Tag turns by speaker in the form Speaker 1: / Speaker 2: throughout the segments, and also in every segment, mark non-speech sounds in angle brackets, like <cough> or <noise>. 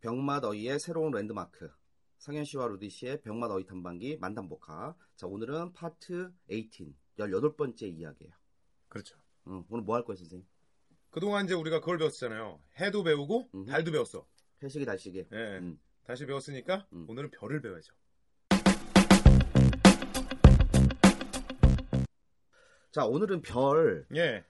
Speaker 1: 병맛어이의 새로운 랜드마크 상현 씨와 루디 씨의 병맛어이 탐방기 만담복화 자 오늘은 파트 18 18번째 이야기예요
Speaker 2: 그렇죠.
Speaker 1: 응, 오늘 뭐 할 거예요 선생님?
Speaker 2: 그동안 이제 우리가 그걸 배웠잖아요. 해도 배우고
Speaker 1: 음흠.
Speaker 2: 달도 배웠어.
Speaker 1: 회식이 달식이
Speaker 2: 예.
Speaker 1: 음.
Speaker 2: 다시 배웠으니까
Speaker 1: 음.
Speaker 2: 오늘은 별을 배워야죠.
Speaker 1: 자 오늘은 별
Speaker 2: 예.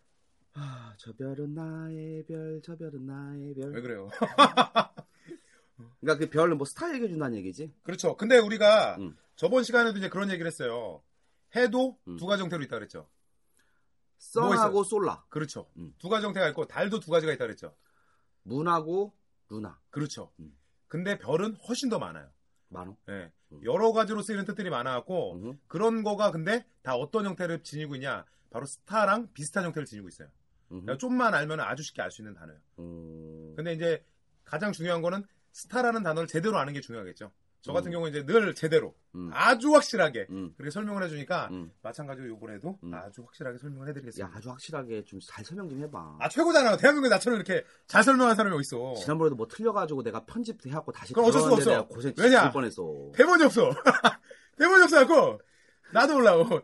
Speaker 1: 아, 저 별은 나의 별, 저 별은 나의 별.
Speaker 2: 왜 그래요? <laughs>
Speaker 1: 그러니까 그 별은 뭐 스타 얘기해준다는 얘기지.
Speaker 2: 그렇죠. 근데 우리가
Speaker 1: 음.
Speaker 2: 저번 시간에도 이제 그런 얘기를 했어요. 해도
Speaker 1: 음.
Speaker 2: 두 가지 형태로 있다 그랬죠. 뭐
Speaker 1: 썬하고 솔라,
Speaker 2: 그렇죠.
Speaker 1: 음.
Speaker 2: 두 가지 형태가 있고 달도 두 가지가 있다 그랬죠.
Speaker 1: 문하고 루나.
Speaker 2: 그렇죠.
Speaker 1: 음.
Speaker 2: 근데 별은 훨씬 더 많아요.
Speaker 1: 만호.
Speaker 2: 예.
Speaker 1: 음.
Speaker 2: 여러 가지로 쓰이는 뜻들이 많아갖고
Speaker 1: 음.
Speaker 2: 그런 거가 근데 다 어떤 형태를 지니고 있냐? 바로 스타랑 비슷한 형태를 지니고 있어요.
Speaker 1: 음.
Speaker 2: 그러니까 좀만 알면 아주 쉽게 알 수 있는 단어예요.
Speaker 1: 음.
Speaker 2: 근데 이제 가장 중요한 거는 스타라는 단어를 제대로 아는 게 중요하겠죠. 저 같은
Speaker 1: 음.
Speaker 2: 경우는 이제 늘 제대로
Speaker 1: 음.
Speaker 2: 아주 확실하게
Speaker 1: 음.
Speaker 2: 그렇게 설명을 해주니까
Speaker 1: 음.
Speaker 2: 마찬가지로 요번에도
Speaker 1: 음.
Speaker 2: 아주 확실하게 설명을
Speaker 1: 야,
Speaker 2: 해드리겠습니다.
Speaker 1: 아주 확실하게 좀 잘 설명 좀 해봐.
Speaker 2: 아 최고잖아요. 대한민국에 나처럼 이렇게 잘 설명하는 사람이 어딨어.
Speaker 1: 지난번에도 뭐 틀려가지고 내가 편집해갖고 다시
Speaker 2: 그럼 어쩔 수가
Speaker 1: 들었는데
Speaker 2: 없어.
Speaker 1: 내가 고생
Speaker 2: 왜냐?
Speaker 1: 진짜 뻔했어.
Speaker 2: 대본이 없어. <laughs> 대본이 없어갖고 나도 몰라고.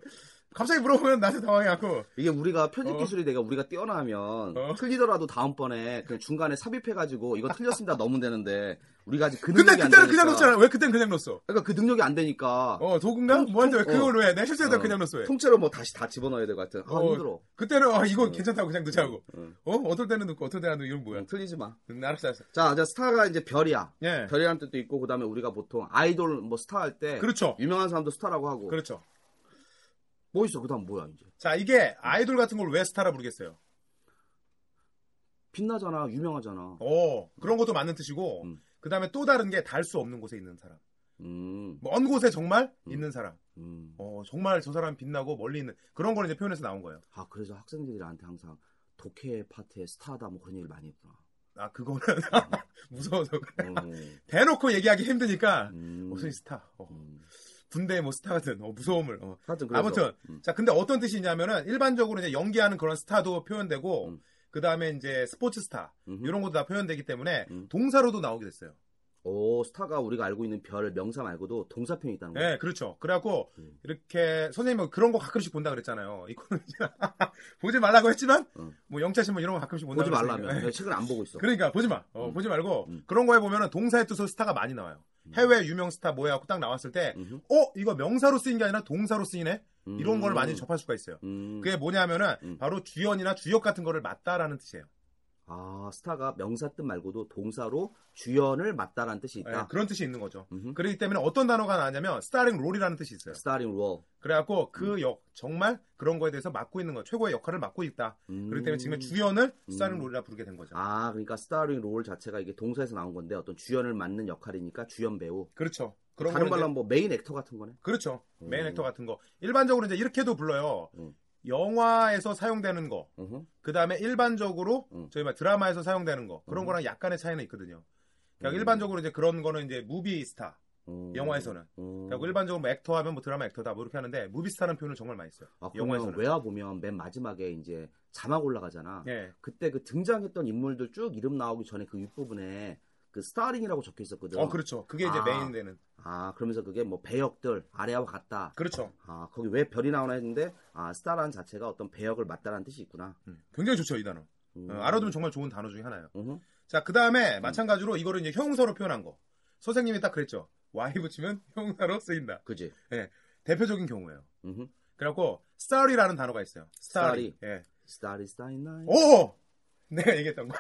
Speaker 2: 갑자기 물어보면 나도 당황해갖고
Speaker 1: 이게 우리가 편집
Speaker 2: 어.
Speaker 1: 기술이 내가 우리가 뛰어나면
Speaker 2: 어.
Speaker 1: 틀리더라도 다음번에 그냥 중간에 삽입해가지고 이거
Speaker 2: <laughs>
Speaker 1: 틀렸습니다 넣으면 되는데 우리가 아직 그
Speaker 2: 근데
Speaker 1: 능력이 안
Speaker 2: 그때는
Speaker 1: 되니까
Speaker 2: 그냥 넣었잖아. 왜 그땐 그냥 넣었어?
Speaker 1: 그러니까 그 능력이 안 되니까
Speaker 2: 어 도구인가?
Speaker 1: 통-
Speaker 2: 뭐한테 왜
Speaker 1: 통-
Speaker 2: 그걸 왜? 내 실수에다
Speaker 1: 어.
Speaker 2: 그냥 넣었어. 왜?
Speaker 1: 통째로 뭐 다시 다 집어넣어야 될 것 같은 아
Speaker 2: 어,
Speaker 1: 힘들어
Speaker 2: 그때는 아 이거
Speaker 1: 어.
Speaker 2: 괜찮다고 그냥 넣자고.
Speaker 1: 응,
Speaker 2: 어 어떨 때는 넣고 어떨 때는 안 넣고 이건
Speaker 1: 응,
Speaker 2: 뭐야?
Speaker 1: 틀리지 마
Speaker 2: 응, 알았어 알았어.
Speaker 1: 자, 이제 스타가 이제 별이야
Speaker 2: 예.
Speaker 1: 별이라는 뜻도 있고 그다음에 우리가 보통 아이돌 뭐 스타 할 때
Speaker 2: 그렇죠.
Speaker 1: 유명한 사람도 스타라고 하고
Speaker 2: 그렇죠.
Speaker 1: 뭐 있어 그다음 뭐야 이제
Speaker 2: 자, 이게 아이돌 같은 걸 왜 스타라 부르겠어요?
Speaker 1: 빛나잖아 유명하잖아
Speaker 2: 어, 그런 것도 맞는 뜻이고,
Speaker 1: 음.
Speaker 2: 그 다음에 또 다른 게 달 수 없는 곳에 있는 사람.
Speaker 1: 음,
Speaker 2: 먼 곳에 정말
Speaker 1: 음.
Speaker 2: 있는 사람.
Speaker 1: 음.
Speaker 2: 어, 정말 저 사람 빛나고 멀리 있는, 그런 걸 이제 표현해서 나온 거예요.
Speaker 1: 아 그래서 학생들이 나한테 항상 독해 파트에 스타다 뭐 그런 얘기를 많이
Speaker 2: <laughs>
Speaker 1: 했구나
Speaker 2: 아, 그거는 무서워서.
Speaker 1: 어,
Speaker 2: 대놓고 얘기하기 힘드니까,
Speaker 1: 음.
Speaker 2: 무슨 스타. 어,
Speaker 1: 음.
Speaker 2: 군대 뭐 스타 같은, 어, 무서움을. 어.
Speaker 1: 하여튼 그래서,
Speaker 2: 아무튼.
Speaker 1: 음.
Speaker 2: 자, 근데 어떤 뜻이냐면은, 일반적으로 이제 연기하는 그런 스타도 표현되고,
Speaker 1: 음.
Speaker 2: 그 다음에 이제 스포츠 스타,
Speaker 1: 음흠.
Speaker 2: 이런 것도 다 표현되기 때문에,
Speaker 1: 음.
Speaker 2: 동사로도 나오게 됐어요.
Speaker 1: 오 스타가 우리가 알고 있는 별 명사 말고도 동사편이 있다는 거야
Speaker 2: 네, 그렇죠. 그래갖고
Speaker 1: 음.
Speaker 2: 이렇게 선생님은 그런 거 가끔씩 본다 그랬잖아요. 이코노미즈 <laughs> 보지 말라고 했지만
Speaker 1: 음.
Speaker 2: 뭐 영자신 뭐 이런 거 가끔씩 본다
Speaker 1: 보지
Speaker 2: 그랬으니까.
Speaker 1: 말라면
Speaker 2: 네.
Speaker 1: 내가 책을 안 보고 있어
Speaker 2: 그러니까 보지 마. 어,
Speaker 1: 음.
Speaker 2: 보지 말고
Speaker 1: 음.
Speaker 2: 그런 거에 보면은 동사의 뜻으로 스타가 많이 나와요.
Speaker 1: 음.
Speaker 2: 해외 유명 스타 뭐 해갖고 딱 나왔을 때,
Speaker 1: 음흠.
Speaker 2: 어 이거 명사로 쓰인 게 아니라 동사로 쓰이네. 이런 걸
Speaker 1: 음.
Speaker 2: 많이 접할 수가 있어요.
Speaker 1: 음.
Speaker 2: 그게 뭐냐면은
Speaker 1: 음.
Speaker 2: 바로 주연이나 주역 같은 거를 맡다라는 뜻이에요.
Speaker 1: 아 스타가 명사 뜻 말고도 동사로 주연을 맡다라는 뜻이
Speaker 2: 네,
Speaker 1: 있다
Speaker 2: 그런 뜻이 있는 거죠.
Speaker 1: 음흠.
Speaker 2: 그렇기 때문에 어떤 단어가 나왔냐면 스타링 롤이라는 뜻이 있어요.
Speaker 1: 스타링 롤
Speaker 2: 그래갖고 그
Speaker 1: 음.
Speaker 2: 역 정말 그런 거에 대해서 맡고 있는 거 최고의 역할을 맡고 있다.
Speaker 1: 음.
Speaker 2: 그렇기 때문에 지금의 주연을
Speaker 1: 음.
Speaker 2: 스타링 롤이라 부르게 된 거죠.
Speaker 1: 아 그러니까 스타링 롤 자체가 이게 동사에서 나온 건데 어떤 주연을 맡는 역할이니까 주연 배우
Speaker 2: 그렇죠. 그런
Speaker 1: 다른 말로
Speaker 2: 걸 이제-
Speaker 1: 하면 뭐 메인 액터 같은 거네
Speaker 2: 그렇죠.
Speaker 1: 음.
Speaker 2: 메인 액터 같은 거. 일반적으로 이제 이렇게도 불러요.
Speaker 1: 음.
Speaker 2: 영화에서 사용되는 거,
Speaker 1: 음흠.
Speaker 2: 그 다음에 일반적으로
Speaker 1: 음.
Speaker 2: 저희 말 드라마에서 사용되는 거 그런
Speaker 1: 음.
Speaker 2: 거랑 약간의 차이는 있거든요.
Speaker 1: 음.
Speaker 2: 그러니까 일반적으로 이제 그런 거는 이제 무비 스타,
Speaker 1: 음.
Speaker 2: 영화에서는.
Speaker 1: 음.
Speaker 2: 그리고 일반적으로 뭐 액터 하면 뭐 드라마 액터다 뭐 이렇게 하는데 무비 스타라는 표현을 정말 많이 써요.
Speaker 1: 아, 그러면
Speaker 2: 영화에서는.
Speaker 1: 외화 보면 맨 마지막에 이제 자막 올라가잖아
Speaker 2: 예.
Speaker 1: 그때 그 등장했던 인물들 쭉 이름 나오기 전에 그 윗부분에 그 스타링이라고 적혀 있었거든.
Speaker 2: 어 그렇죠. 그게 이제
Speaker 1: 아.
Speaker 2: 메인 되는.
Speaker 1: 아, 그러면서 그게 뭐 배역들, 아래와 같다.
Speaker 2: 그렇죠.
Speaker 1: 아, 거기 왜 별이 나오나 했는데, 아, 스타라는 자체가 어떤 배역을 맞다라는 뜻이 있구나.
Speaker 2: 음. 굉장히 좋죠 이 단어.
Speaker 1: 음.
Speaker 2: 어, 알아두면 정말 좋은 단어 중에 하나예요.
Speaker 1: 음흠.
Speaker 2: 자, 그 다음에 마찬가지로 이거를 이제 형용사로 표현한 거. 선생님이 딱 그랬죠. Y 붙이면 형용사로 쓰인다.
Speaker 1: 그지?
Speaker 2: 대표적인 경우예요.
Speaker 1: 음흠.
Speaker 2: 그래갖고 starry라는 단어가 있어요. starry. 예.
Speaker 1: Starry Starry Night.
Speaker 2: 오! 내가 얘기했던 거.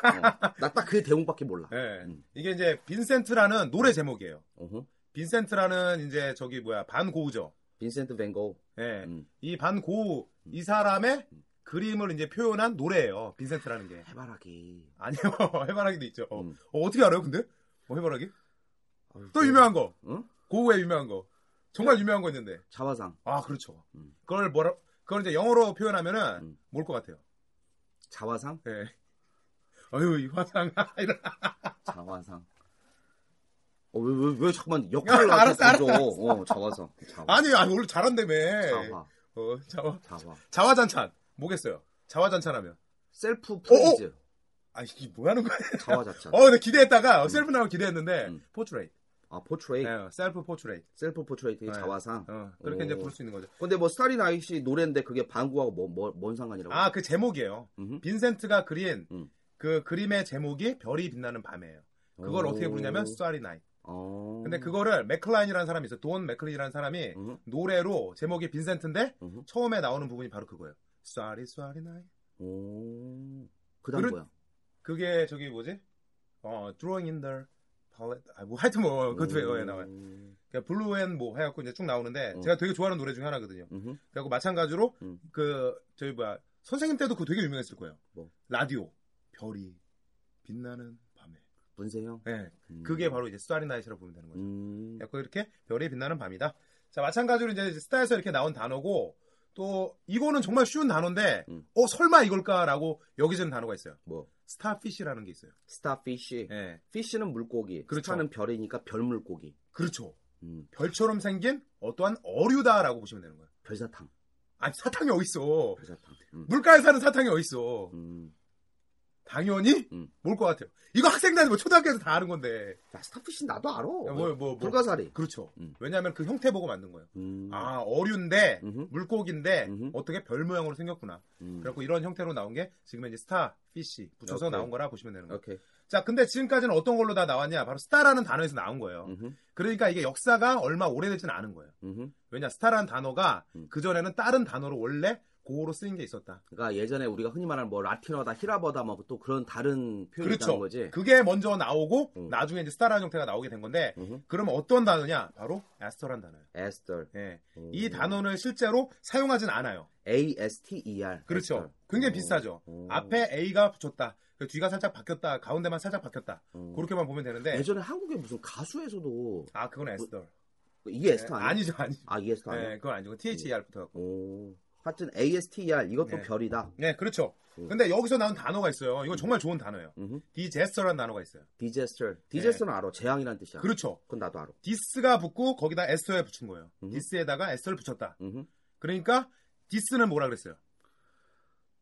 Speaker 1: 나딱 그 대목밖에 몰라.
Speaker 2: 예.
Speaker 1: 음.
Speaker 2: 이게 이제 빈센트라는 노래 제목이에요.
Speaker 1: 어허.
Speaker 2: 빈센트라는 이제 저기 뭐야 반고우죠.
Speaker 1: 빈센트 밴고.
Speaker 2: 예.
Speaker 1: 음.
Speaker 2: 이 반고우 이 사람의
Speaker 1: 음.
Speaker 2: 그림을 이제 표현한 노래예요. 빈센트라는 게.
Speaker 1: 해바라기.
Speaker 2: 아니요. <laughs> 해바라기도 있죠. 어.
Speaker 1: 음.
Speaker 2: 어, 떻게 알아요, 근데? 어, 해바라기?
Speaker 1: 아유,
Speaker 2: 또
Speaker 1: 그-
Speaker 2: 유명한 거.
Speaker 1: 응?
Speaker 2: 고우의 유명한 거. 정말 유명한 거 있는데.
Speaker 1: 자화상.
Speaker 2: 아, 그렇죠.
Speaker 1: 네. 음.
Speaker 2: 그걸 뭐라 그걸 이제 영어로 표현하면은
Speaker 1: 음.
Speaker 2: 뭘 것 같아요?
Speaker 1: 자화상?
Speaker 2: 예. <laughs> 어휴, 이 화상. <laughs> 이런.
Speaker 1: 자화상. 어, 왜, 왜, 왜 자꾸만 역할을
Speaker 2: 야, 알았어,
Speaker 1: 나타내죠? 어, 자화상. 자화.
Speaker 2: 아니, 아니, 원래 잘한다며.
Speaker 1: 자화.
Speaker 2: 어, 자화.
Speaker 1: 자화.
Speaker 2: 자화잔찬. 뭐겠어요? 자화잔찬하면.
Speaker 1: 셀프 프레이즈.
Speaker 2: 아, 이게 뭐 하는 거야?
Speaker 1: 자화자찬.
Speaker 2: 어, 근데 기대했다가
Speaker 1: 음.
Speaker 2: 셀프 나올 기대했는데
Speaker 1: 음.
Speaker 2: 포트레이트.
Speaker 1: 아, 포트레이.
Speaker 2: 예, 셀프 포트레이트.
Speaker 1: 셀프 포트레이트의
Speaker 2: 네.
Speaker 1: 자화상.
Speaker 2: 어, 그렇게
Speaker 1: 오.
Speaker 2: 이제 부를 수 있는 거죠.
Speaker 1: 근데 뭐 스타리 나이시 노래인데 그게 방구하고 뭐, 뭐, 뭔 상관이라고?
Speaker 2: 아, 그 제목이에요.
Speaker 1: 음흠.
Speaker 2: 빈센트가 그린
Speaker 1: 음.
Speaker 2: 그 그림의 제목이 별이 빛나는 밤이에요. 그걸
Speaker 1: 오.
Speaker 2: 어떻게 부르냐면 스타리 나이.
Speaker 1: 어.
Speaker 2: 근데 그거를 맥클라인이라는 사람이 있어요. 돈 맥클린이라는 사람이
Speaker 1: 음.
Speaker 2: 노래로 제목이 빈센트인데
Speaker 1: 음.
Speaker 2: 처음에 나오는 부분이 바로 그거예요. Sorry, sorry, night.
Speaker 1: 오. 그다음
Speaker 2: 그릇-
Speaker 1: 뭐야?
Speaker 2: 그게 저기 뭐지? 어, drawing in the palette. 아, 뭐 하여튼 뭐
Speaker 1: 오.
Speaker 2: 그것도 에 나와요. 그러니까 블루 앤뭐 해갖고 이제 쭉 나오는데
Speaker 1: 음.
Speaker 2: 제가 되게 좋아하는 노래 중에 하나거든요.
Speaker 1: 음흠.
Speaker 2: 그리고 마찬가지로
Speaker 1: 음.
Speaker 2: 그 저희 뭐야 선생님 때도 그거 되게 유명했을 거예요.
Speaker 1: 뭐?
Speaker 2: 라디오 별이 빛나는 밤에.
Speaker 1: 문세영.
Speaker 2: 네,
Speaker 1: 음.
Speaker 2: 그게 바로 이제 스타리 나이트라고 보면 되는 거죠.
Speaker 1: 음.
Speaker 2: 약간 이렇게 별이 빛나는 밤이다. 자, 마찬가지로 이제 스타에서 이렇게 나온 단어고, 또, 이거는 정말 쉬운 단어인데,
Speaker 1: 음.
Speaker 2: 어, 설마 이걸까라고 여기지는 단어가 있어요.
Speaker 1: 뭐?
Speaker 2: 스타피쉬라는 게 있어요.
Speaker 1: 스타피쉬.
Speaker 2: 예.
Speaker 1: 피쉬는 물고기.
Speaker 2: 그렇죠.
Speaker 1: 스타는 별이니까 별물고기.
Speaker 2: 그렇죠.
Speaker 1: 음.
Speaker 2: 별처럼 생긴 어떠한 어류다라고 보시면 되는 거예요.
Speaker 1: 별사탕.
Speaker 2: 아니, 사탕이 어딨어.
Speaker 1: 별사탕. 음.
Speaker 2: 물가에 사는 사탕이 어딨어.
Speaker 1: 음.
Speaker 2: 당연히,
Speaker 1: 음.
Speaker 2: 뭘 것 같아요. 이거 학생들, 뭐, 초등학교에서 다 아는 건데.
Speaker 1: 야, 스타피쉬 나도 알아.
Speaker 2: 야, 뭐, 뭐, 뭐.
Speaker 1: 어, 불가사리.
Speaker 2: 그렇죠.
Speaker 1: 음.
Speaker 2: 왜냐면 하그 형태 보고 만든 거예요.
Speaker 1: 음.
Speaker 2: 아, 어류인데,
Speaker 1: 음흠.
Speaker 2: 물고기인데,
Speaker 1: 음흠.
Speaker 2: 어떻게 별 모양으로 생겼구나.
Speaker 1: 음.
Speaker 2: 그래갖고 이런 형태로 나온 게 지금 이제 스타, 피쉬 붙여서
Speaker 1: 오케이. 어.
Speaker 2: 나온 거라 보시면 되는 거예요.
Speaker 1: 오케이.
Speaker 2: 자, 근데 지금까지는 어떤 걸로 다 나왔냐? 바로 스타라는 단어에서 나온 거예요.
Speaker 1: 음흠.
Speaker 2: 그러니까 이게 역사가 얼마 오래되진 않은 거예요.
Speaker 1: 음흠.
Speaker 2: 왜냐, 스타라는 단어가
Speaker 1: 음.
Speaker 2: 그전에는 다른 단어로 원래 고어로 쓰인 게 있었다.
Speaker 1: 그러니까 예전에 우리가 흔히 말하는 뭐 라틴어다, 히라버다 뭐 또 그런 다른 표현이 있다는
Speaker 2: 그렇죠.
Speaker 1: 거지.
Speaker 2: 그게 먼저 나오고
Speaker 1: 음.
Speaker 2: 나중에 이제 스타라는 형태가 나오게 된 건데
Speaker 1: 음흠.
Speaker 2: 그럼 어떤 단어냐? 바로 에스터란 단어예요.
Speaker 1: 에스터.
Speaker 2: 예.
Speaker 1: 오.
Speaker 2: 이 단어는 실제로 사용하진 않아요.
Speaker 1: A S T E R.
Speaker 2: 그렇죠.
Speaker 1: 에스터.
Speaker 2: 굉장히
Speaker 1: 오.
Speaker 2: 비슷하죠.
Speaker 1: 오.
Speaker 2: 앞에 A가 붙였다. 그 뒤가 살짝 바뀌었다. 가운데만 살짝 바뀌었다.
Speaker 1: 오.
Speaker 2: 그렇게만 보면 되는데
Speaker 1: 음. 예전에 한국에 무슨 가수에서도
Speaker 2: 아 그건 에스터.
Speaker 1: 이게 에스터 뭐, 아니야?
Speaker 2: 네, 아니죠, 아니죠.
Speaker 1: 아, 이게 에스터 아니야?
Speaker 2: 네, 그건 아니고 THER 붙어갖고.
Speaker 1: 오. 하여튼 ASTR 이것도
Speaker 2: 네.
Speaker 1: 별이다.
Speaker 2: 네, 그렇죠.
Speaker 1: 음.
Speaker 2: 근데 여기서 나온 단어가 있어요. 이건 정말 좋은 단어예요.
Speaker 1: 음흠.
Speaker 2: 디제스터라는 단어가 있어요.
Speaker 1: 디제스터. 디제스터는 알아. 재앙이란 뜻이야.
Speaker 2: 네. 그렇죠.
Speaker 1: 그건 나도 알아.
Speaker 2: 디스가 붙고 거기다 에스터에 붙인 거예요.
Speaker 1: 음.
Speaker 2: 디스에다가 에스터를 붙였다.
Speaker 1: 음흠.
Speaker 2: 그러니까 디스는 뭐라 그랬어요?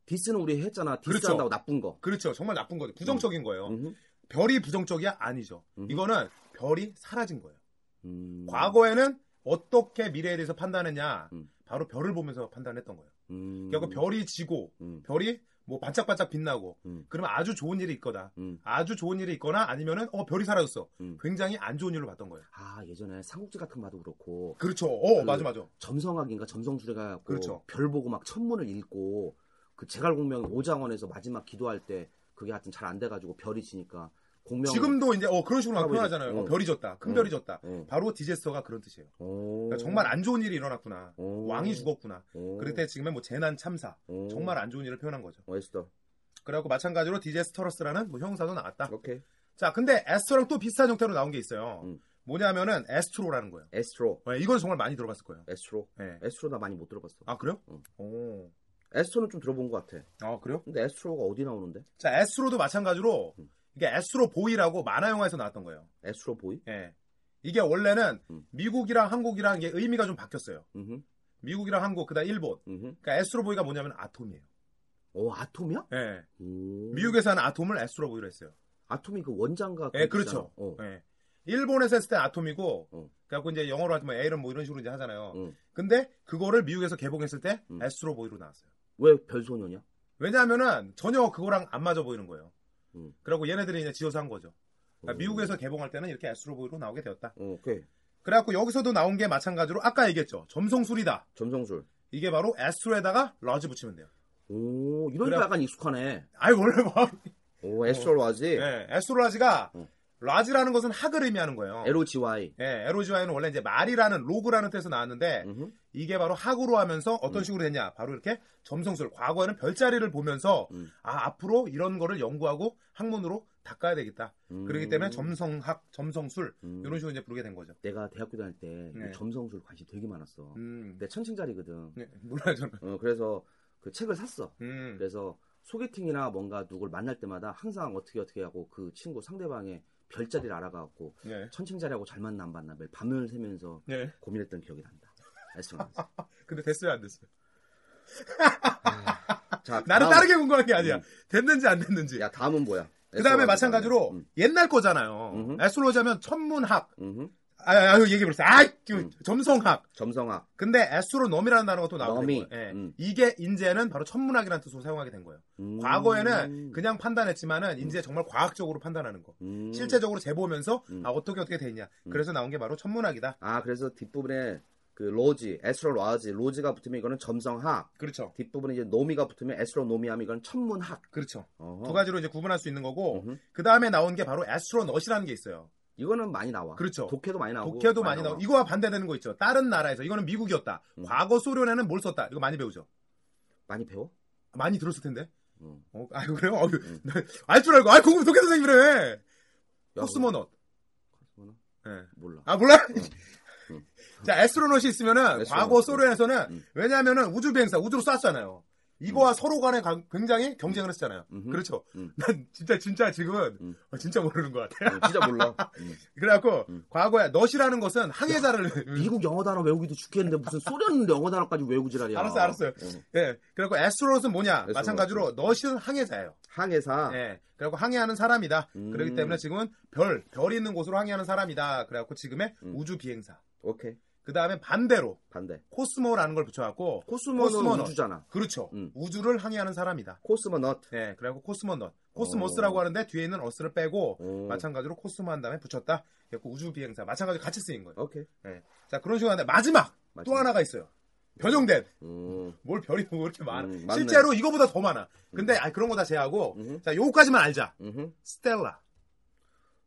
Speaker 1: 디스는 우리 했잖아.
Speaker 2: 그렇죠.
Speaker 1: 디스한다고 나쁜 거.
Speaker 2: 그렇죠. 정말 나쁜 거죠. 부정적인 거예요.
Speaker 1: 음흠.
Speaker 2: 별이 부정적이야? 아니죠.
Speaker 1: 음.
Speaker 2: 이거는 별이 사라진 거예요.
Speaker 1: 음.
Speaker 2: 과거에는 어떻게 미래에 대해서 판단했냐?
Speaker 1: 음.
Speaker 2: 바로 별을 보면서 판단했던 거예요.
Speaker 1: 음.
Speaker 2: 결국 별이 지고
Speaker 1: 음.
Speaker 2: 별이 뭐 반짝반짝 빛나고
Speaker 1: 음.
Speaker 2: 그러면 아주 좋은 일이 있거나
Speaker 1: 음.
Speaker 2: 아주 좋은 일이 있거나 아니면은 어 별이 사라졌어.
Speaker 1: 음.
Speaker 2: 굉장히 안 좋은 일로 봤던 거예요.
Speaker 1: 아, 예전에 삼국지 같은 거 봐도 그렇고
Speaker 2: 그렇죠. 어,
Speaker 1: 그-
Speaker 2: 맞아, 맞아.
Speaker 1: 점성학인가 점성술래가 갖고
Speaker 2: 그렇죠.
Speaker 1: 별 보고 막 천문을 읽고 그 제갈공명 오장원에서 마지막 기도할 때 그게 하여튼 잘 안 돼 가지고 별이 지니까 공명
Speaker 2: 지금도 이제 어 그런 식으로 막 표현하잖아요.
Speaker 1: 어.
Speaker 2: 어, 별이 졌다. 큰
Speaker 1: 어.
Speaker 2: 별이 졌다.
Speaker 1: 어.
Speaker 2: 바로 디제스터가 그런 뜻이에요.
Speaker 1: 오.
Speaker 2: 그러니까 정말 안 좋은 일이 일어났구나.
Speaker 1: 오.
Speaker 2: 왕이 죽었구나.
Speaker 1: 오.
Speaker 2: 그럴 때 지금은 뭐 재난 참사.
Speaker 1: 오.
Speaker 2: 정말 안 좋은 일을 표현한 거죠.
Speaker 1: 어, 에스터.
Speaker 2: 그래갖고 마찬가지로 디제스터러스라는 뭐 형사도 나왔다.
Speaker 1: 오케이.
Speaker 2: 자, 근데 에스터랑 또 비슷한 형태로 나온 게 있어요.
Speaker 1: 음.
Speaker 2: 뭐냐면은 에스트로라는 거예요.
Speaker 1: 에스트로.
Speaker 2: 네, 이건 정말 많이 들어봤을 거예요.
Speaker 1: 에스트로.
Speaker 2: 네.
Speaker 1: 에스트로 나 많이 못 들어봤어.
Speaker 2: 아 그래요?
Speaker 1: 음.
Speaker 2: 오.
Speaker 1: 에스트로는 좀 들어본 것 같아.
Speaker 2: 아 그래요?
Speaker 1: 근데 에스트로가 어디 나오는데?
Speaker 2: 자, 에스트로도 마찬가지로
Speaker 1: 음.
Speaker 2: 이게 에스트로 보이라고 만화 영화에서 나왔던 거예요.
Speaker 1: 에스트로 보이?
Speaker 2: 예. 이게 원래는
Speaker 1: 음.
Speaker 2: 미국이랑 한국이랑 이게 의미가 좀 바뀌었어요.
Speaker 1: 음흠.
Speaker 2: 미국이랑 한국, 그다음 일본.
Speaker 1: 음흠.
Speaker 2: 그러니까 에스트로보이가 뭐냐면 아톰이에요.
Speaker 1: 오, 어, 아톰이야?
Speaker 2: 예.
Speaker 1: 오.
Speaker 2: 미국에서 하는 아톰을 에스트로보이로 했어요.
Speaker 1: 아톰이 그 원장과
Speaker 2: 예, 그렇죠.
Speaker 1: 어.
Speaker 2: 예. 일본에서 했을 때 아톰이고,
Speaker 1: 어.
Speaker 2: 그래갖고 이제 영어로 하지 뭐 에이런 뭐 이런 식으로 이제 하잖아요.
Speaker 1: 음.
Speaker 2: 근데 그거를 미국에서 개봉했을 때
Speaker 1: 음.
Speaker 2: 에스트로보이로 나왔어요.
Speaker 1: 왜 별소년이야?
Speaker 2: 왜냐하면은 전혀 그거랑 안 맞아 보이는 거예요.
Speaker 1: 음.
Speaker 2: 그래갖고 얘네들이 이제 지어서 한 거죠.
Speaker 1: 어.
Speaker 2: 그러니까 미국에서 개봉할 때는 이렇게 에스트로보이로 나오게 되었다.
Speaker 1: 어, 오케이.
Speaker 2: 그래갖고 여기서도 나온 게 마찬가지로 아까 얘기했죠. 점성술이다.
Speaker 1: 점성술.
Speaker 2: 이게 바로 에스트로에다가 러즈 붙이면 돼요.
Speaker 1: 오, 이런
Speaker 2: 그래.
Speaker 1: 거 약간 익숙하네. 어. 네.
Speaker 2: 아이 원래 뭐
Speaker 1: 오, 에스트럴 와지.
Speaker 2: 예, 에스트로라지가
Speaker 1: 어.
Speaker 2: 라지라는 것은 학을 의미하는 거예요.
Speaker 1: LOGY.
Speaker 2: 예, 에로지와이는 원래 이제 말이라는 로그라는 뜻에서 나왔는데
Speaker 1: 음흠.
Speaker 2: 이게 바로 학으로 하면서 어떤
Speaker 1: 음.
Speaker 2: 식으로 됐냐? 바로 이렇게 점성술. 과거에는 별자리를 보면서
Speaker 1: 음.
Speaker 2: 아 앞으로 이런 거를 연구하고 학문으로 닦아야 되겠다.
Speaker 1: 음.
Speaker 2: 그렇기 때문에 점성학, 점성술
Speaker 1: 음.
Speaker 2: 이런 식으로 이제 부르게 된 거죠.
Speaker 1: 내가 대학교 다닐 때이
Speaker 2: 네.
Speaker 1: 점성술 관심 되게 많았어.
Speaker 2: 음,
Speaker 1: 내 천칭자리거든.
Speaker 2: 네, 몰라요 저는.
Speaker 1: 어, 그래서 그 책을 샀어.
Speaker 2: 음,
Speaker 1: 그래서 소개팅이나 뭔가 누굴 만날 때마다 항상 어떻게 어떻게 하고 그 친구 상대방의 별자리를 알아가갖고
Speaker 2: 예,
Speaker 1: 천칭자리하고 잘 만나 안 만나 매일 밤을 새면서
Speaker 2: 예.
Speaker 1: 고민했던 기억이 납니다.
Speaker 2: <laughs>
Speaker 1: 에스트로나스.
Speaker 2: 근데 됐어요 안 됐어요?
Speaker 1: 자,
Speaker 2: 나는
Speaker 1: 다음.
Speaker 2: 다르게 궁금한 게 아니야.
Speaker 1: 음.
Speaker 2: 됐는지 안 됐는지.
Speaker 1: 야, 다음은 뭐야?
Speaker 2: 그 다음에
Speaker 1: 에스트로나스
Speaker 2: 마찬가지로
Speaker 1: 다음에. 음,
Speaker 2: 옛날 거잖아요.
Speaker 1: 음흠.
Speaker 2: 에스트로자면 천문학.
Speaker 1: 음흠.
Speaker 2: 아, 아, 아 얘기해버렸어. 아,
Speaker 1: 음.
Speaker 2: 점성학.
Speaker 1: 점성학.
Speaker 2: 근데 에스트로놈이라는 단어가 또 나오게 된
Speaker 1: 너미.
Speaker 2: 거예요. 예.
Speaker 1: 음.
Speaker 2: 이게 이제는 바로 천문학이라는 뜻으로 사용하게 된 거예요.
Speaker 1: 음.
Speaker 2: 과거에는 그냥 판단했지만은 이제 정말 과학적으로 판단하는 거.
Speaker 1: 음.
Speaker 2: 실제적으로 재보면서
Speaker 1: 음.
Speaker 2: 아 어떻게 어떻게 돼 있냐.
Speaker 1: 음.
Speaker 2: 그래서 나온 게 바로 천문학이다.
Speaker 1: 아, 그래서 뒷부분에 그 로지, 에스트로 로지, 로지가 붙으면 이거는 점성학.
Speaker 2: 그렇죠.
Speaker 1: 뒷부분에 이제 노미가 붙으면 에스트로노미하면 이건 천문학.
Speaker 2: 그렇죠.
Speaker 1: 어허. 어.
Speaker 2: 두 가지로 이제 구분할 수 있는 거고
Speaker 1: 음흠.
Speaker 2: 그 다음에 나온 게 바로 에스트로넛이라는 게 있어요.
Speaker 1: 이거는 많이 나와.
Speaker 2: 그렇죠.
Speaker 1: 독해도 많이 아, 나오고.
Speaker 2: 독해도 많이 나오고 이거와 반대되는 거 있죠. 다른 나라에서 이거는 미국이었다.
Speaker 1: 음.
Speaker 2: 과거 소련에는 뭘 썼다. 이거 많이 배우죠.
Speaker 1: 많이 배워?
Speaker 2: 많이 들었을 텐데.
Speaker 1: 응.
Speaker 2: 어, 아유 <laughs> 그래요? 아유,
Speaker 1: 음.
Speaker 2: 알줄 알고. 아 공부 독해 선생님이래.
Speaker 1: 야,
Speaker 2: 코스모넛.
Speaker 1: 코스모넛?
Speaker 2: 예.
Speaker 1: 몰라.
Speaker 2: 아 몰라?
Speaker 1: 응.
Speaker 2: <laughs> 자 에스트로넛이 있으면은
Speaker 1: 음. 에스트로넛. 음.
Speaker 2: 과거 소련에서는
Speaker 1: 응.
Speaker 2: 왜냐하면은 우주 비행사 우주로 쐈잖아요. 이거와 서로 간에 가- 굉장히 경쟁을 했잖아요.
Speaker 1: 음. 음흠. 음.
Speaker 2: 그렇죠.
Speaker 1: 응.
Speaker 2: <laughs> 난 진짜 진짜 지금은
Speaker 1: 응.
Speaker 2: 어, 진짜 모르는 것 같아. <laughs>
Speaker 1: 응, 진짜 몰라. 응.
Speaker 2: 그래갖고
Speaker 1: 응.
Speaker 2: 과거에 넛이라는 것은 항해자를
Speaker 1: 미국 영어 단어 외우기도 죽겠는데 무슨 소련 영어 단어까지 외우고 지랄이야.
Speaker 2: 알았어, 알았어요.
Speaker 1: 응.
Speaker 2: <laughs> 예. 그래갖고 에스트로넛은 뭐냐?
Speaker 1: 에스트로넛.
Speaker 2: 마찬가지로 넛은 항해자예요.
Speaker 1: 항해사.
Speaker 2: 예. 그래갖고 항해하는 사람이다.
Speaker 1: 아. 음.
Speaker 2: 그렇기 때문에 지금은 별, 별 있는 곳으로 항해하는 사람이다. 그래갖고 지금의
Speaker 1: 음.
Speaker 2: 우주 비행사.
Speaker 1: 오케이.
Speaker 2: 그 다음에 반대로
Speaker 1: 반대.
Speaker 2: 코스모라는 걸 붙여갖고
Speaker 1: 코스모는
Speaker 2: 코스모넛.
Speaker 1: 우주잖아.
Speaker 2: 그렇죠.
Speaker 1: 음.
Speaker 2: 우주를 항해하는 사람이다.
Speaker 1: 코스모넛.
Speaker 2: 예, 그리고 코스모넛. 코스모스라고
Speaker 1: 오.
Speaker 2: 하는데 뒤에 있는 어스를 빼고
Speaker 1: 오.
Speaker 2: 마찬가지로 코스모 한 다음에 붙였다. 그래서 우주 비행사. 마찬가지로 같이 쓰인 거예요.
Speaker 1: 오케이.
Speaker 2: 자, 그런 식으로 하는데 마지막, 또
Speaker 1: 마지막.
Speaker 2: 하나가 있어요. 변형된.
Speaker 1: 음.
Speaker 2: 뭘 별이 뭐 이렇게 많아.
Speaker 1: 음, 맞네.
Speaker 2: 실제로 이거보다 더 많아. 근데 아, 그런 거 다 제하고
Speaker 1: 음.
Speaker 2: 자, 요거까지만 알자.
Speaker 1: 음.
Speaker 2: 스텔라.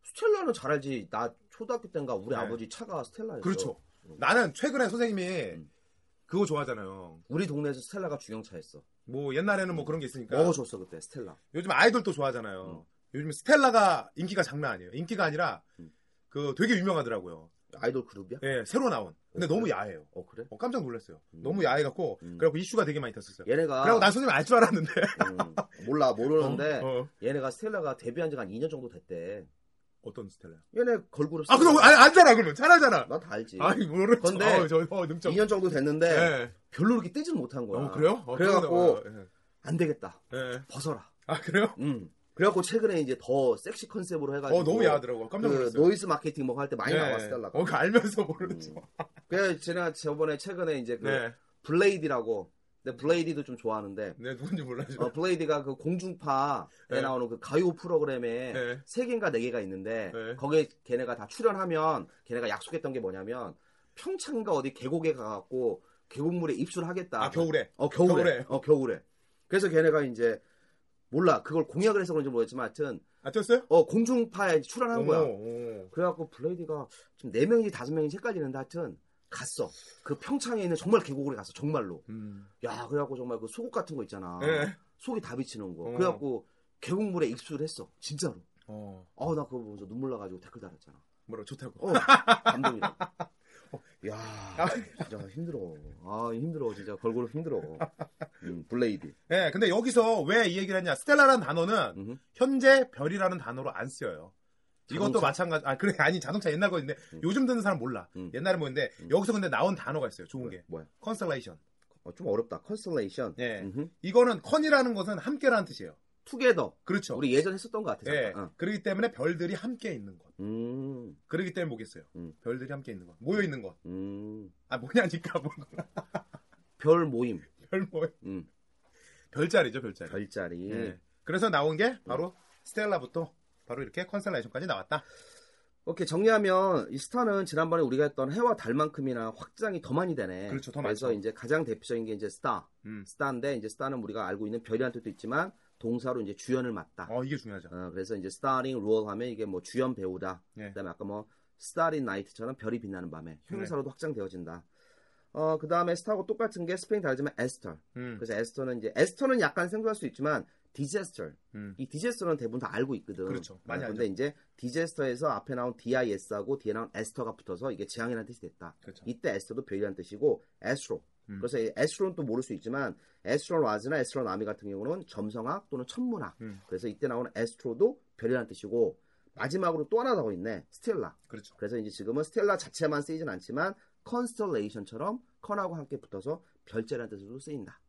Speaker 1: 스텔라는 잘 알지. 나 초등학교 때인가 우리
Speaker 2: 네.
Speaker 1: 아버지 차가 스텔라였어.
Speaker 2: 그렇죠.
Speaker 1: 음.
Speaker 2: 나는 최근에 선생님이
Speaker 1: 음.
Speaker 2: 그거 좋아하잖아요.
Speaker 1: 우리 동네에서 스텔라가 주경차였어.
Speaker 2: 뭐 옛날에는 뭐 그런 게 있으니까.
Speaker 1: 음. 먹어줬어 그때 스텔라.
Speaker 2: 요즘 아이돌 또 좋아하잖아요. 요즘 스텔라가 인기가 장난 아니에요. 인기가 아니라
Speaker 1: 음.
Speaker 2: 그 되게 유명하더라고요.
Speaker 1: 아이돌 그룹이야?
Speaker 2: 예, 새로 나온. 근데
Speaker 1: 어,
Speaker 2: 너무
Speaker 1: 그래?
Speaker 2: 야해요.
Speaker 1: 어 그래?
Speaker 2: 어, 깜짝 놀랐어요.
Speaker 1: 음.
Speaker 2: 너무 야해갖고
Speaker 1: 음.
Speaker 2: 그래갖고 이슈가 되게 많이 됐었어요.
Speaker 1: 얘네가
Speaker 2: 그래갖고 난 선생님 알 줄 알았는데.
Speaker 1: 음, 몰라 모르는데
Speaker 2: <laughs> 어, 어.
Speaker 1: 얘네가 스텔라가 데뷔한 지가 한 2년 정도 됐대.
Speaker 2: 떤 스텔라요?
Speaker 1: 얘네 걸그룹.
Speaker 2: 아, 그럼 알, 알잖아, 그러면. 잘 알잖아.
Speaker 1: 나다 알지.
Speaker 2: 아니, 모르죠.
Speaker 1: 음. 근데
Speaker 2: 어, 저, 어, 능적.
Speaker 1: 2년 정도 됐는데
Speaker 2: 예.
Speaker 1: 별로 그렇게 뜨지는 못한 거야.
Speaker 2: 어, 그래요? 어,
Speaker 1: 그래갖고
Speaker 2: 그러네요.
Speaker 1: 안 되겠다.
Speaker 2: 예. 예.
Speaker 1: 벗어라.
Speaker 2: 아, 그래요?
Speaker 1: 음. 그래갖고 최근에 이제 더 섹시 컨셉으로 해가지고
Speaker 2: 어, 너무 야하더라고. 깜짝
Speaker 1: 그
Speaker 2: 놀랐어요.
Speaker 1: 노이즈 마케팅 뭐 할 때 많이
Speaker 2: 예.
Speaker 1: 나와 스텔라가.
Speaker 2: 어, 그 알면서 모르죠.
Speaker 1: 음. 그래서 제가 저번에 최근에 이제 그
Speaker 2: 네.
Speaker 1: 블레이디라고 근데 블레이디도 좀
Speaker 2: <laughs>
Speaker 1: 좋아하는데
Speaker 2: 네, 누군지 몰라요.
Speaker 1: 어, 블레이디가 그 공중파에
Speaker 2: 네.
Speaker 1: 나오는 그 가요 프로그램에
Speaker 2: 네.
Speaker 1: 세 개인가 네 개가 있는데
Speaker 2: 네.
Speaker 1: 거기에 걔네가 다 출연하면 걔네가 약속했던 게 뭐냐면 평창인가 어디 계곡에 가갖고 계곡물에 입수를 하겠다.
Speaker 2: 아, 겨울에.
Speaker 1: 어 겨울에.
Speaker 2: 겨울에.
Speaker 1: 어 겨울에. 그래서 걔네가 이제 몰라 그걸 공약을 해서 그런지 모르겠지만 하여튼
Speaker 2: 아, 쳤어요?
Speaker 1: 어 공중파에 출연한
Speaker 2: 오,
Speaker 1: 거야.
Speaker 2: 오.
Speaker 1: 그래갖고 블레이디가 지금 네 명인지 다섯 명인지 헷갈리는데 하여튼 갔어. 그 평창에 있는 정말 계곡으로 갔어 정말로.
Speaker 2: 음.
Speaker 1: 야 그래갖고 정말 그 속옷 같은 거 있잖아.
Speaker 2: 예.
Speaker 1: 속이 다 비치는 거.
Speaker 2: 어.
Speaker 1: 그래갖고 계곡물에 입수를 했어. 진짜로.
Speaker 2: 어.
Speaker 1: 어 나 그거 보면서 눈물 나가지고 댓글 달았잖아.
Speaker 2: 뭐라 좋다고.
Speaker 1: 어
Speaker 2: <laughs>
Speaker 1: 감동이다. 야
Speaker 2: 아.
Speaker 1: 진짜 힘들어. 아 힘들어 진짜 걸그룹 힘들어. 음, 블레이디.
Speaker 2: 예, 근데 여기서 왜 이 얘기를 했냐? 스텔라라는 단어는
Speaker 1: 음흠.
Speaker 2: 현재 별이라는 단어로 안 쓰여요. 이것도
Speaker 1: 자동차?
Speaker 2: 마찬가지. 아 그래 아니 자동차 옛날 거인데
Speaker 1: 음.
Speaker 2: 요즘 듣는 사람 몰라.
Speaker 1: 음.
Speaker 2: 옛날에 뭐였는데
Speaker 1: 음.
Speaker 2: 여기서 근데 나온 단어가 있어요. 좋은 게
Speaker 1: 뭐야?
Speaker 2: 컨셀레이션.
Speaker 1: 어, 좀 어렵다. 컨스텔레이션.
Speaker 2: 예.
Speaker 1: 음흠.
Speaker 2: 이거는 컨이라는 것은 함께라는 뜻이에요.
Speaker 1: 투게더.
Speaker 2: 그렇죠.
Speaker 1: 우리 예전 했었던 것 같아.
Speaker 2: 예.
Speaker 1: 잠깐. 어.
Speaker 2: 그렇기 때문에 별들이 함께 있는 것.
Speaker 1: 음.
Speaker 2: 그렇기 때문에 뭐겠어요?
Speaker 1: 음.
Speaker 2: 별들이 함께 있는 것. 모여 있는 것.
Speaker 1: 음.
Speaker 2: 아 뭐냐니까 <laughs> 뭐별
Speaker 1: 별 모임.
Speaker 2: 뭐
Speaker 1: 음.
Speaker 2: 별자리죠 별자리.
Speaker 1: 네. 별자리.
Speaker 2: 네.
Speaker 1: 음.
Speaker 2: 예. 그래서 나온 게 바로 스텔라부터 바로 이렇게 컨셀레이션까지 나왔다.
Speaker 1: 오케이 정리하면 이 스타는 지난번에 우리가 했던 해와 달만큼이나 확장이 더 많이 되네.
Speaker 2: 그렇죠, 더
Speaker 1: 그래서
Speaker 2: 많죠.
Speaker 1: 이제 가장 대표적인 게 이제 스타,
Speaker 2: 음.
Speaker 1: 스타인데 이제 스타는 우리가 알고 있는 별이라는 뜻도 있지만 동사로 이제 주연을 맡다.
Speaker 2: 어 이게 중요하죠.
Speaker 1: 어, 그래서 이제 스타링 롤 하면 이게 뭐 주연 배우다.
Speaker 2: 예.
Speaker 1: 그다음에 아까 뭐 스타리 나이트처럼 별이 빛나는
Speaker 2: 네.
Speaker 1: 밤에 형용사로도 확장되어진다. 어 그다음에 스타하고 똑같은 게 스페인 다르지만 에스터.
Speaker 2: 음.
Speaker 1: 그래서 에스터는 이제 에스터는 약간 생소할 수 있지만 디제스터.
Speaker 2: 음.
Speaker 1: 이 디제스터는 대부분 다 알고 있거든.
Speaker 2: 그렇죠. 많이
Speaker 1: 어, 근데 이제 디제스터에서 앞에 나온 DIS하고 뒤에 나온 에스터가 붙어서 이게 재앙이라는 뜻이 됐다.
Speaker 2: 그렇죠.
Speaker 1: 이때 에스터도 별이라는 뜻이고 에스로.
Speaker 2: 음.
Speaker 1: 그래서 이 에스로는 또 모를 수 있지만 에스로 라즈나 에스로 나미 같은 경우는 점성학 또는 천문학.
Speaker 2: 음.
Speaker 1: 그래서 이때 나오는 에스트로도 별이라는 뜻이고 마지막으로 또 하나 더 있네. 스텔라.
Speaker 2: 그렇죠.
Speaker 1: 그래서 이제 지금은 스텔라 자체만 쓰이진 않지만 컨스텔레이션처럼 컨하고 함께 붙어서 별제라는 뜻으로 쓰인다.